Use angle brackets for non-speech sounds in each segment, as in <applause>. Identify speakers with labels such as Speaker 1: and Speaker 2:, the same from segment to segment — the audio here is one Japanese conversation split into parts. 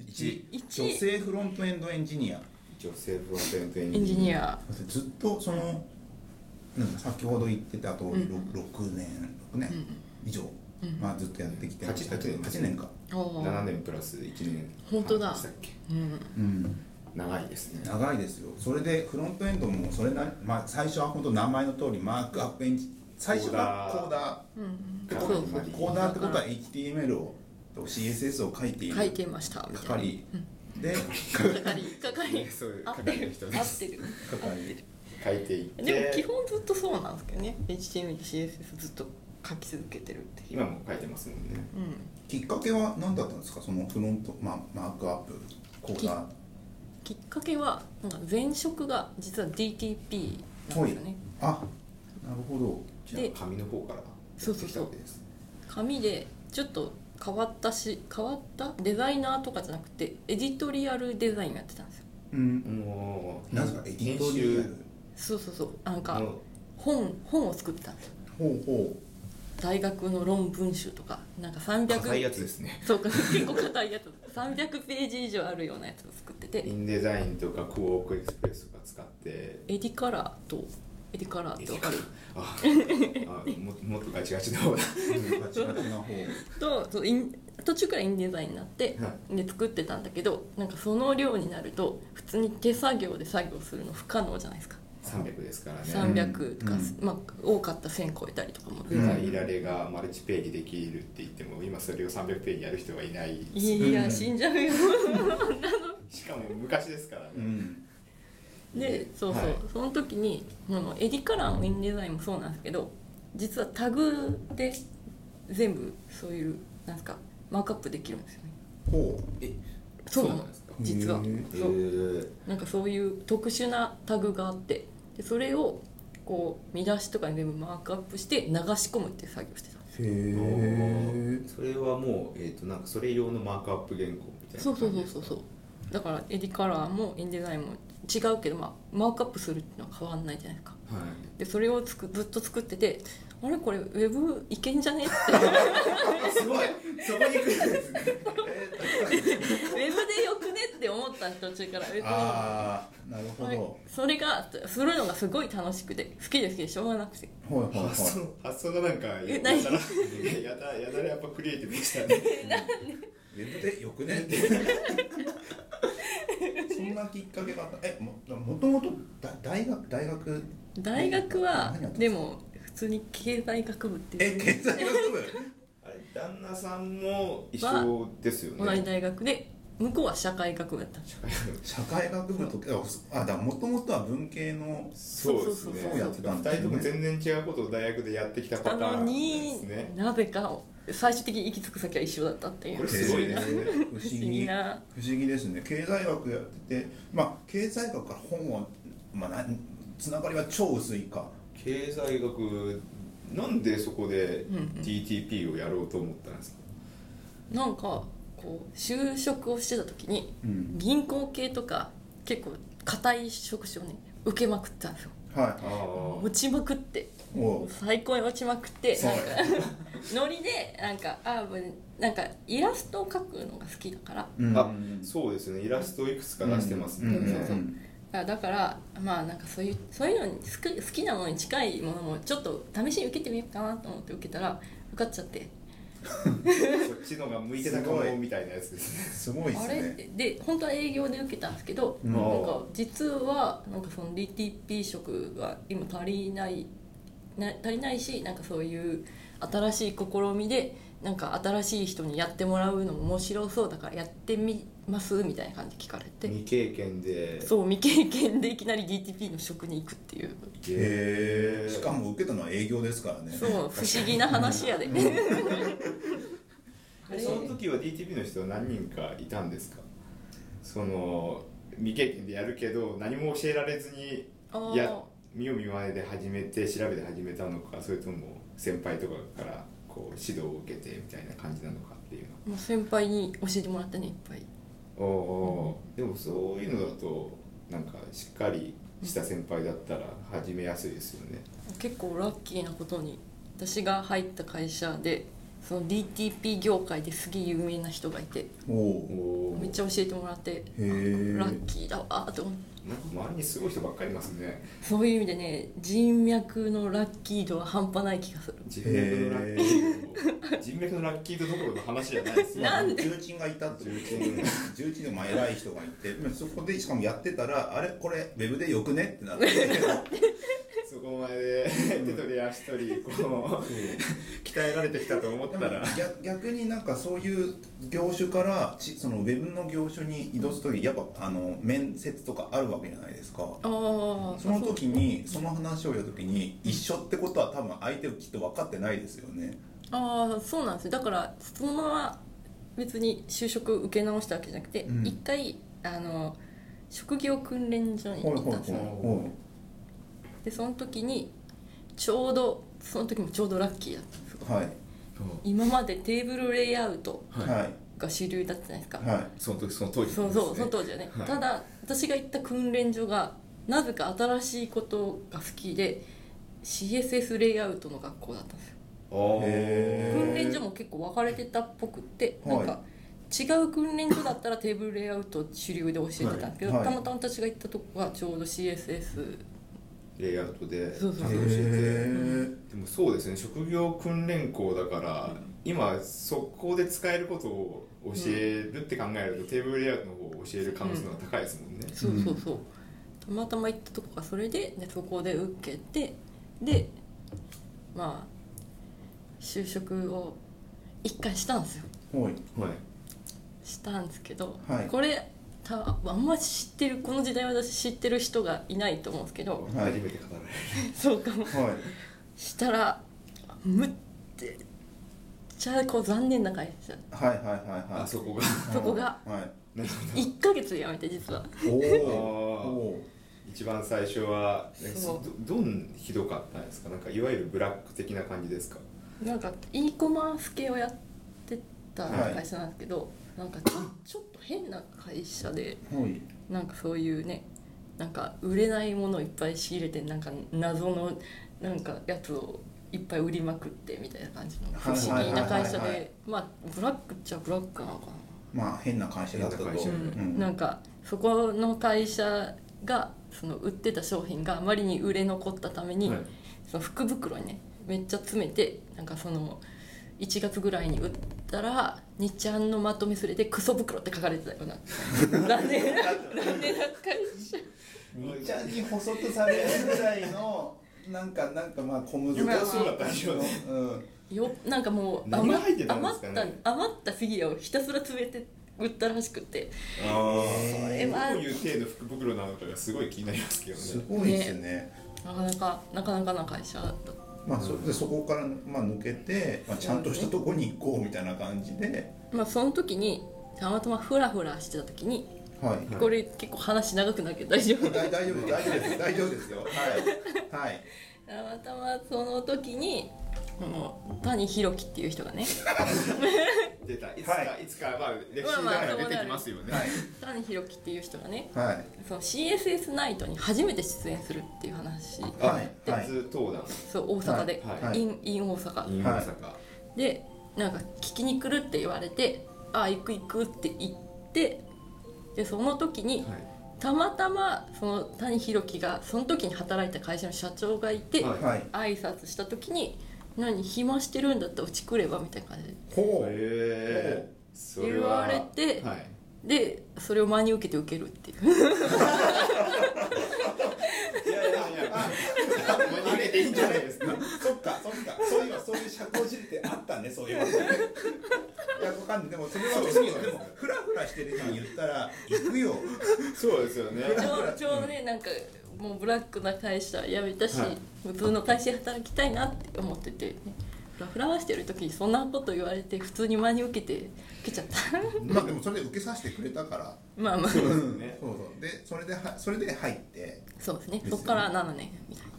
Speaker 1: 1
Speaker 2: 一
Speaker 1: 女性フロントエンドエンジニア
Speaker 3: 女性フロントエンドエ
Speaker 2: エンジニ
Speaker 3: ア
Speaker 2: ア
Speaker 1: ずっとそのなんか先ほど言ってた通り、
Speaker 2: うん
Speaker 1: 6, 年6年以上、
Speaker 2: うん
Speaker 1: まあ、ずっとやってきて
Speaker 3: 八八年
Speaker 1: 八年か、
Speaker 2: おお
Speaker 3: 7年プラス1年
Speaker 2: 本当だ
Speaker 3: 半でしたっけ
Speaker 2: うん
Speaker 1: うん、
Speaker 3: 長いですね
Speaker 1: 長いですよそれでフロントエンドもそれなり、まあ、最初は本当名前の通りマークアップエンジ最初はコ
Speaker 3: コ
Speaker 1: ー
Speaker 3: ー
Speaker 1: ダ
Speaker 2: うん
Speaker 3: か
Speaker 2: そうそう
Speaker 3: まあ
Speaker 1: ーコーダーってことは HTML をと CSS を書いている
Speaker 2: 書いていましたみたいな
Speaker 1: 係で
Speaker 2: かかりかかり
Speaker 3: <laughs> そういう
Speaker 2: 合ってる
Speaker 3: 係の人
Speaker 2: 合
Speaker 3: で
Speaker 2: ってる
Speaker 1: 係
Speaker 3: 書いていって
Speaker 2: でも基本ずっとそうなんですけどね HTML と CSS ずっと書き続けてるっていう
Speaker 3: 今も書いてますもんね
Speaker 2: うん
Speaker 1: きっかけは何だったんですかそのフロント、まあ、マークアップコーダー
Speaker 2: きっかけはなんか前職が実は DTP なんですよね
Speaker 1: あなるほど
Speaker 3: じゃ
Speaker 2: で
Speaker 3: あ紙の方から
Speaker 2: そうそ
Speaker 3: やっ
Speaker 2: うそう
Speaker 3: てきたわけです
Speaker 2: 紙でちょっと変わったし変わったデザイナーとかじゃなくてエディトリアルデザインやってたんですよ
Speaker 1: うん
Speaker 3: もう
Speaker 1: なんかエディトリアル
Speaker 2: そうそうそうな
Speaker 3: 編集
Speaker 2: んか
Speaker 3: の
Speaker 2: 本本を作ってたんですよ
Speaker 1: ほうほ
Speaker 2: 大学の論文集とかなんか
Speaker 3: 硬いや
Speaker 2: 300
Speaker 3: つですね
Speaker 2: そうか結構硬いやつ300ページ以上あるようなやつを作って
Speaker 3: イ
Speaker 2: て
Speaker 3: ンデザインとかクォークエクスプレスとか使って
Speaker 2: エディカラーとエディカラーってわかる
Speaker 3: ああももっとガチガチの方だ <laughs>
Speaker 1: うガチガチな方
Speaker 2: とそうイン途中からインデザインになって、
Speaker 3: は
Speaker 2: で作ってたんだけどなんかその量になると普通に手作業で作業するの不可能じゃないですか
Speaker 3: 300ですからね
Speaker 2: 300とか、
Speaker 1: うん
Speaker 2: まあ、多かった1000超えたりとかも
Speaker 3: 具体いられがマルチページできるって言っても今それを300ページやる人はいない
Speaker 2: いや死んじゃうよ
Speaker 3: しかも昔ですからね、
Speaker 1: うん
Speaker 2: でそうそう、
Speaker 3: はい
Speaker 2: その時にそのエディカラーもインデザインもそうなんですけど実はタグで全部そういうなんですかマークアップできるんですよね
Speaker 1: ほ
Speaker 3: え
Speaker 2: そうなの
Speaker 3: すか
Speaker 2: 実は
Speaker 1: へー
Speaker 2: そう
Speaker 3: え
Speaker 2: なんかそういう特殊なタグがあってでそれをこう見出しとかに全部マークアップして流し込むっていう作業してたんです
Speaker 1: うへ
Speaker 3: ー
Speaker 1: え
Speaker 3: それはもうえっ、となんかそれ用のマークアップ原稿みたいな
Speaker 2: そうそうそうそうそうだからエディカラーもインデザインも違うけど、まあ、マークアップするっていうのは変わんないじゃないですか
Speaker 3: うはい
Speaker 2: でそれをつくずっと作っててあれこれウェブいけんじゃねって
Speaker 1: <laughs>
Speaker 3: あすごいそこに来るんですね
Speaker 2: ウェブでよくねって思ったんです途中から別に
Speaker 1: ああなるほど
Speaker 2: はいそれがするのがすごい楽しくて好きで好きでしょうがなくて
Speaker 1: ほいほいほい
Speaker 3: 発想発想がなんかや
Speaker 2: え
Speaker 3: たら
Speaker 2: 何
Speaker 3: やたやたらやっ <laughs> ぱクリエイティブでしたね
Speaker 1: <laughs> ウェブでよくねってそんなきっかけがあったえももともとだ大学大学
Speaker 2: 大学は
Speaker 1: 何やってた
Speaker 2: でも普通に経済学部って
Speaker 1: え
Speaker 2: いう
Speaker 1: 経済学部
Speaker 3: あれ旦那さんも一緒ですよね
Speaker 2: 同じ大学で向こうは社会学部だったんですよ
Speaker 1: 社会学部とあだもともとは文系の
Speaker 3: そうですね
Speaker 1: そうやってたん
Speaker 3: 2
Speaker 1: ですね
Speaker 3: 人とも全然違うことを大学でやってきたパ
Speaker 2: な
Speaker 3: ター
Speaker 2: の
Speaker 3: ンです
Speaker 2: に
Speaker 3: ね
Speaker 2: なぜか最終的に行き着く先は一緒だったってい
Speaker 3: こ
Speaker 2: う
Speaker 3: れすごいですね
Speaker 1: へー不
Speaker 2: 不思
Speaker 1: 思
Speaker 2: 議
Speaker 1: 議
Speaker 2: な
Speaker 1: 不思議ですね経済学やっててまあ経済学から本はまあなつながりは超薄いか
Speaker 3: 経済学なんでそこで
Speaker 2: うんうん
Speaker 3: DTP をやろうと思ったんですか、
Speaker 2: なんかこう就職をしてた時に
Speaker 1: うん
Speaker 2: 銀行系とか結構硬い職種をね受けまくってたんですよ
Speaker 1: は
Speaker 2: 落ちまくって
Speaker 1: いおう
Speaker 2: 最高に落ちまくって
Speaker 1: そ
Speaker 2: な
Speaker 1: うん
Speaker 2: かノリでなんかあぶなんかイラストを描くのが好きだから
Speaker 1: うん
Speaker 3: あそうですねイラストをいくつか出してますもん
Speaker 1: うん
Speaker 3: ね、
Speaker 1: うんうんうん
Speaker 2: あだからまあなんかそういうそういうのに好き好きなものに近いものもちょっと試しに受けてみようかなと思って受けたら受かっちゃって
Speaker 3: そっちのが向いてたかもみたいなやつですね
Speaker 1: すごいで
Speaker 2: あ
Speaker 1: す
Speaker 2: れ
Speaker 1: ね
Speaker 2: で本当は営業で受けたんですけど、
Speaker 1: うん
Speaker 2: なんか実はなんかその DTP 職が今足りないな足りないしなんかそういう新しい試みでなんか新しい人にやってもらうのも面白そうだからやってみますみたいな感じで聞かれて
Speaker 3: 未経験で
Speaker 2: そう未経験でいきなり DTP の職に行くっていう
Speaker 3: へえ
Speaker 1: しかも受けたのは営業ですからね
Speaker 2: そう不思議な話やで <laughs> あれ
Speaker 3: その時は DTP の人は何人かいたんですかその未経験でやるけど何も教えられずに
Speaker 2: あー
Speaker 3: いや見よう見まねで始めて調べて始めたのかそれとも先輩とかからこう指導を受けてみたいな感じなのかっていう
Speaker 2: もう先輩に教えてもらったねいっぱい
Speaker 3: のおおー、でもそういうのだとなんかしっかりした先輩だったら始めやすいですよね、
Speaker 2: 結構ラッキーなことに私が入った会社でその DTP 業界ですげえ有名な人がいて
Speaker 1: おお
Speaker 3: おお
Speaker 2: めっちゃ教えてもらって
Speaker 1: へえ
Speaker 2: ラッキーだわーと思って
Speaker 3: なんか周りにすごい人ばっかりいますね
Speaker 2: そういう意味でね人脈のラッキー度は半端ない気がする
Speaker 3: 人脈のラッキ <laughs> ー人脈のラッキーとどころの話じゃないですよ
Speaker 2: なんで
Speaker 1: 重鎮がいたという重鎮のまあ偉い人がいてそこでしかもやってたらあれこれウェブでよくねってなって
Speaker 3: そこまで <laughs> 手取り足取りこう鍛えられてきたと思っ
Speaker 1: で
Speaker 3: た
Speaker 1: も
Speaker 3: ら
Speaker 1: 逆逆になんかそういう業種からちそのウェブの業種に移動するときやっぱあの面接とかあるわけじゃないですか
Speaker 2: ああ
Speaker 1: その時にその話をした時に一緒ってことは多分相手をきっと分かってないですよね
Speaker 2: ああそうなんですよだからそのまま別に就職受け直したわけじゃなくて
Speaker 1: うん
Speaker 2: 一、回あの職業訓練所に
Speaker 1: ほい
Speaker 2: 行
Speaker 1: ほ
Speaker 2: っ
Speaker 1: いほい
Speaker 2: たんですよ
Speaker 1: ほい
Speaker 2: でその時にちょうどその時もちょうどラッキーだったんですよ
Speaker 1: はい
Speaker 2: 今までテーブルレイアウト
Speaker 1: はいはい
Speaker 2: が主流だったじゃないですか、
Speaker 1: は
Speaker 3: その時その当時
Speaker 2: そうそうその当時はね、
Speaker 3: はい
Speaker 2: ただ私が行った訓練所がなぜか新しいことが好きで CSS レイアウトの学校だったんですよ
Speaker 3: お
Speaker 1: へー
Speaker 2: 訓練所も結構分かれてたっぽくって、
Speaker 1: はい
Speaker 2: なんか違う訓練所だったらテーブルレイアウト主流で教えてたんですけど、
Speaker 1: はいはい
Speaker 2: たまたま私が行ったとこがちょうど CSS
Speaker 3: レイアウトで
Speaker 2: そうそ
Speaker 1: い
Speaker 2: うそ
Speaker 3: ちゃん
Speaker 2: う
Speaker 3: と教え
Speaker 1: へ
Speaker 3: てでもそうですね職業訓練校だから、今そこで使えることを教えるって考えると、テーブルレイアウトの方を教える可能性の方が高いですもんね、
Speaker 2: そうそうそう、たまたま行ったとこがそれででそこで受けてでまあ就職を一回したんですよ
Speaker 1: ーほい
Speaker 3: はい
Speaker 2: したんですけど、
Speaker 1: はい
Speaker 2: これたあんま知ってるこの時代私知ってる人がいないと思うんですけど
Speaker 1: はい
Speaker 3: 初めて語られる
Speaker 2: そうかも
Speaker 1: はい
Speaker 2: したらむってちゃこう残念な会社
Speaker 1: はいはいはいはい
Speaker 3: あそこが
Speaker 2: そこが
Speaker 1: はい
Speaker 2: 1ヶ月で辞めて実は
Speaker 1: お
Speaker 3: あー
Speaker 1: お
Speaker 3: 一番最初は、ね、
Speaker 2: そう
Speaker 3: どどんひどかったんですかなんかいわゆるブラック的な感じですか
Speaker 2: なんか e コマース系をやってた
Speaker 1: はい
Speaker 2: 会社なんですけど、なんかちょちょっと変な会社で
Speaker 1: おはい
Speaker 2: なんかそういうねなんか売れないものをいっぱい仕入れてなんか謎のなんかやつをいっぱい売りまくってみたいな感じの不思議な会社
Speaker 1: はいはいはいはい
Speaker 2: でまあブラックっちゃブラックなのかな
Speaker 1: まあ変な会社だったと
Speaker 3: 変な会社
Speaker 2: う
Speaker 1: うん
Speaker 2: ん、なんかそこの会社がその売ってた商品があまりに売れ残ったために、
Speaker 3: はい
Speaker 2: その福袋にねめっちゃ詰めてなんかその1月ぐらいに売ったら「にちゃんのまとめすれでクソ袋」って書かれてたような
Speaker 3: <laughs>
Speaker 2: なんでなんでなんか
Speaker 1: 二ちゃんに補足されるぐらいのなんかなんかまあ小難しい
Speaker 2: まあそうだ
Speaker 3: ったでしょうね
Speaker 1: うん
Speaker 2: よなんかもう
Speaker 3: 何が入ってたんで
Speaker 2: 余
Speaker 3: す
Speaker 2: っ
Speaker 3: かね
Speaker 2: た余ったフィギュアをひたすら詰めて売ったらしくて
Speaker 3: あ
Speaker 1: ーそ
Speaker 2: れは
Speaker 3: どういう程度福袋なのかがすごい気になりますけど
Speaker 1: す
Speaker 3: ね
Speaker 1: ごいですね
Speaker 2: なかなかなかなかな会社だった
Speaker 1: まあ、そでそこから、まあ、抜けて、まあ、ちゃんとしたとこに行こうみたいな感じで、
Speaker 2: まあその時にたまたまフラフラしてた時に
Speaker 1: はい、
Speaker 3: はい
Speaker 2: これ結構話長くなきゃ大丈夫
Speaker 1: 大大丈夫大丈夫です大丈夫ですよはいはい
Speaker 2: たまたまその時にこの谷弘樹っていう人がね
Speaker 3: 出たいつか、、
Speaker 1: はい
Speaker 3: つかまあ歴史だから出てきますよね、
Speaker 1: はい
Speaker 2: 谷弘樹っていう人がね
Speaker 1: はい
Speaker 2: その CSS ナイトに初めて出演するっていう話
Speaker 1: はい
Speaker 3: あ
Speaker 1: はい
Speaker 3: 初登壇
Speaker 2: そう大阪で、
Speaker 3: はい
Speaker 1: はい
Speaker 2: インイン大阪、
Speaker 3: 新大阪、
Speaker 2: でなんか聞きに来るって言われて「ああ行く行く」って言ってでその時に、
Speaker 3: は
Speaker 2: たまたまその谷弘樹がその時に働いた会社の社長がいて、
Speaker 3: はい
Speaker 1: はい
Speaker 2: 挨拶した時に「何暇してるんだったらうち来れば」みたいな感じで
Speaker 1: ほう
Speaker 3: へえそれは
Speaker 2: 言われて
Speaker 3: はい、
Speaker 2: でそれを真に受けて受けるっていう
Speaker 3: いやいやいや逃げていいんじゃないですか
Speaker 1: そっかそっかそういえばそういう社交辞令ってあったねそういえばいやわかんないでもそれは別にでもフラフラしてる人に言ったら行くよ
Speaker 3: そうですよね
Speaker 2: ちょうどちょうどねなんかもうブラックな会社辞めたし、
Speaker 3: はい
Speaker 2: 普通の会社で働きたいなって思ってて、ね、フラフラしてる時にそんなこと言われて普通に真に受けて受けちゃった <laughs>
Speaker 1: まあでもそれで受けさせてくれたから
Speaker 2: まあまあ
Speaker 3: そうです
Speaker 1: うん
Speaker 3: ね
Speaker 1: そうそうでそれではそれで入って
Speaker 2: そうですね
Speaker 1: ですよね
Speaker 2: そっから7年みたいな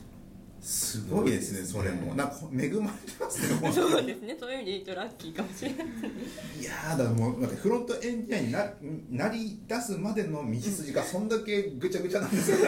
Speaker 1: すごいですねそれもなんか恵まれてますね本当に
Speaker 2: そうですねそういう意味で言うとラッキーかもしれない
Speaker 1: いやーだからもうなんかフロントエンジニアにななり出すまでの道筋がそんだけぐちゃぐちゃなんですよ <laughs> ね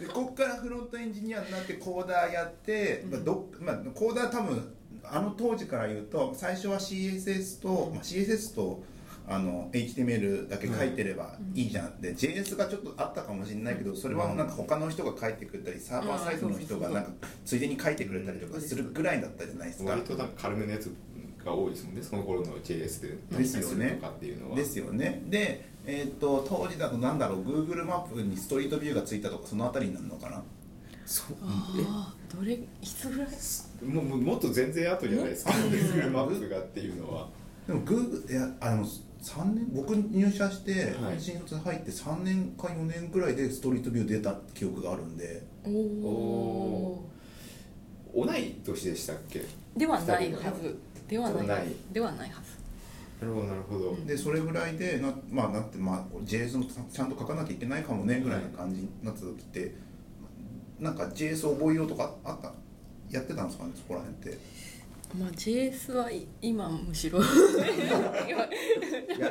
Speaker 1: でこっからフロントエンジニアになってコーダーやって、まあどっまあ、コーダー多分あの当時から言うと最初は CSS と、まあ、CSS とあの HTML だけ書いてればいいじゃんって、JS がちょっとあったかもしれないけどそれはなんか他の人が書いてくれたりサーバーサイドの人がなんかついでに書いてくれたりとかするぐらいだったじゃないですか。
Speaker 3: 割となんか軽めのやつが多いですもんねその頃の JS で何
Speaker 1: ですよね
Speaker 3: とかっていうのは
Speaker 1: ですよねで、えー、と当時だとなんだろう Google マップにストリートビューがついたとかそのあたりになるのかな
Speaker 3: そう
Speaker 2: ああどれいつぐらい
Speaker 3: もうもうもっと全然後じゃないですか Google マップがっていうのは
Speaker 1: でも Google いやあの三年僕入社して、
Speaker 3: はい
Speaker 1: 新卒入って3年か4年ぐらいでストリートビュー出た記憶があるんで
Speaker 2: おお
Speaker 3: お同い年でしたっけ
Speaker 2: ではないはずではないは
Speaker 3: ない
Speaker 2: ずではないはず
Speaker 3: なるほどなるほど、
Speaker 2: うん
Speaker 1: でそれぐらいでな,、まあ、なって、まあ、JS もちゃんと書かなきゃいけないかもねぐらいの感じになった時って、なんか JS 覚えようとかあったやってたんですかねそこら辺って
Speaker 2: まあ JS はい今むしろ <laughs> 今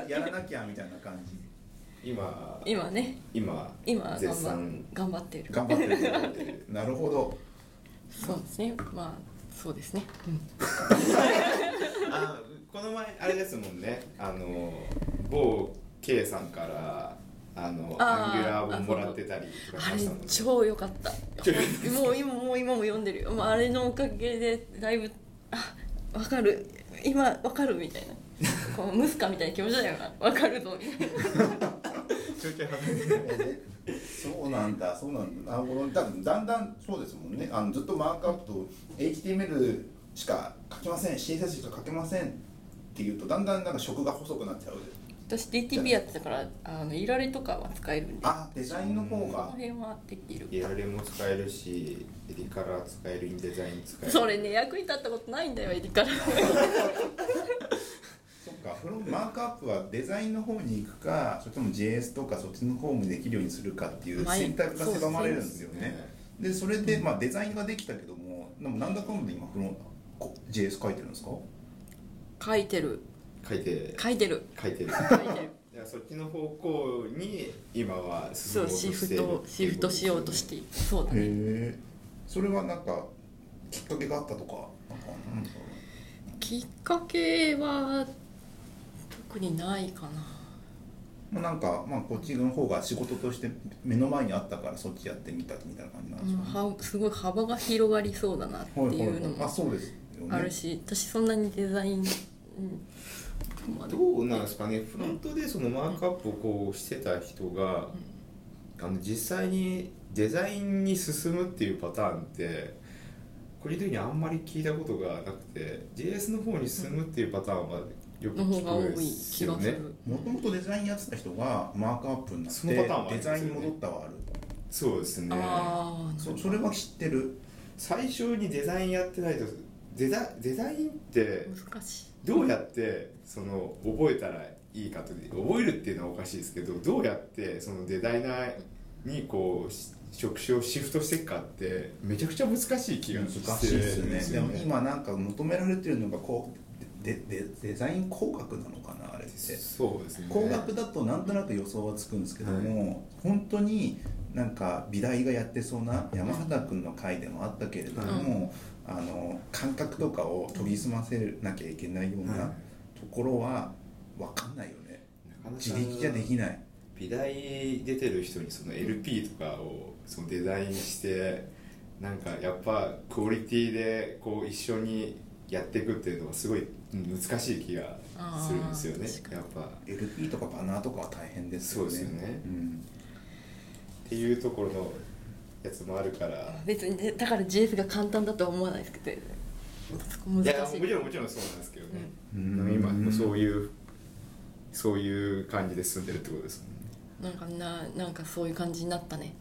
Speaker 1: ややらなきゃみたいな感じ
Speaker 3: 今
Speaker 2: 今ね
Speaker 3: 今
Speaker 2: 今頑
Speaker 3: 絶
Speaker 2: 張
Speaker 3: 賛
Speaker 2: 頑張ってる
Speaker 1: 頑張ってる
Speaker 3: <laughs>
Speaker 1: なるほど
Speaker 2: そうですねまあそうですね、うん、
Speaker 3: あこの前あれですもんねあの某 K さんからあの
Speaker 2: あー
Speaker 3: アンギュラー本もらってたりとかし
Speaker 2: あ
Speaker 3: ま
Speaker 2: れ
Speaker 3: したもんね
Speaker 2: 超良かった
Speaker 3: 超良か
Speaker 2: もう今もう今も読んでるよ、まあ、あれのおかげでだいぶあわかる今わかるみたいなこうムスカみたいな気持ちだよなわかるぞみたいな
Speaker 3: ちょいちょい外れて
Speaker 1: そうなんだそうなんだなるほどだだんだんそうですもんねあのずっとマークアップと HTML しか書きません CSS しか書けませんっていうとだんだんなんか職が細くなっちゃう
Speaker 2: 私 DTP やってたからあのいられとかは使えるんで
Speaker 1: あデザインの方
Speaker 2: この
Speaker 1: が
Speaker 2: 辺はできる
Speaker 3: いられも使えるしエリカラー使えるインデザイン使える
Speaker 2: それね役に立ったことないんだよエリカラ
Speaker 1: そっかフロンマークアップはデザインの方に行くかそれとも JS とかそっちの方もできるようにするかっていう選択が狭まれるんですよねでそれで、まあ、デザインができたけどもでもなんだかんだ今フロンこ JS 書いてるんですか
Speaker 2: 書いてる
Speaker 3: 書いて
Speaker 2: 書いてる
Speaker 3: 書いてる
Speaker 2: 書いてる
Speaker 3: いやそっちの方向に今は進
Speaker 2: そ
Speaker 3: もう
Speaker 2: う
Speaker 3: として
Speaker 2: シ
Speaker 3: いる
Speaker 2: フトシフトしようとしているそうだね
Speaker 1: へえそれはなんかきっかけがあったとかなんかなんだろう
Speaker 2: きっかけは特にないかな
Speaker 1: まあなんか、まあ、こっちの方が仕事として目の前にあったからそっちやってみたみたいな感じなんですかね、
Speaker 2: はすごい幅が広がりそうだなって
Speaker 1: はいは
Speaker 2: うの
Speaker 1: あ
Speaker 2: も
Speaker 1: そうですよね
Speaker 2: あるし私そんなにデザインうんまで
Speaker 3: どうなんですかねフロントでそのマークアップをこうしてた人が、あの実際にデザインに進むっていうパターンってこれ以外にあんまり聞いたことがなくて JS の方に進むっていうパターンはよく
Speaker 2: の方が多
Speaker 3: 聞
Speaker 2: い
Speaker 3: くです
Speaker 2: 気
Speaker 3: よ
Speaker 2: がす
Speaker 3: ね
Speaker 2: る、
Speaker 1: もともとデザインやってた人がマークアップになっ
Speaker 3: そのパターンはあ
Speaker 1: て
Speaker 3: り
Speaker 1: デザ
Speaker 3: ますよね
Speaker 1: インに戻ったはある
Speaker 3: そうですね
Speaker 2: ああ
Speaker 1: そそれは知ってる
Speaker 3: 最初にデザインやってないとデザデザインって
Speaker 2: 難しい
Speaker 3: どうやってその覚えたらいいかと覚えるっていうのはおかしいですけどどうやってそのデザイナーにこうし職種をシフトしていくかってめちゃくちゃ難しい気が
Speaker 1: 難
Speaker 3: して
Speaker 1: しいですねで
Speaker 3: よ
Speaker 1: も今なんか求められてるのがこうででデザイン工学なのかなあれって
Speaker 3: そうですね
Speaker 1: 工学だとなんとなく予想はつくんですけども、本当になんか美大がやってそうな山畑君の回でもあったけれども、あの感覚とかを研ぎ澄ませなきゃいけないよう
Speaker 3: はい
Speaker 1: なところは分かんないよね
Speaker 3: なかなか
Speaker 1: 自力じゃできない
Speaker 3: 美大出てる人にその LP とかをそのデザインしてなんかやっぱクオリティでこう一緒にやっていくっていうのはすごい難しい気がするんですよね
Speaker 2: あー確かに
Speaker 3: やっぱ
Speaker 1: LP とかバナーとかは大変ですよね
Speaker 3: そうですよね
Speaker 1: うん
Speaker 3: っていうところのやつもあるから
Speaker 2: 別にねだから JS が簡単だとは思わないですけどそこ難
Speaker 3: いや
Speaker 2: しい
Speaker 3: もちろんもちろんそうなんですけどね、
Speaker 1: うん
Speaker 3: 今もうそういうそういう感じで進んでるってことですもんね
Speaker 2: なんかななんかそういう感じになったね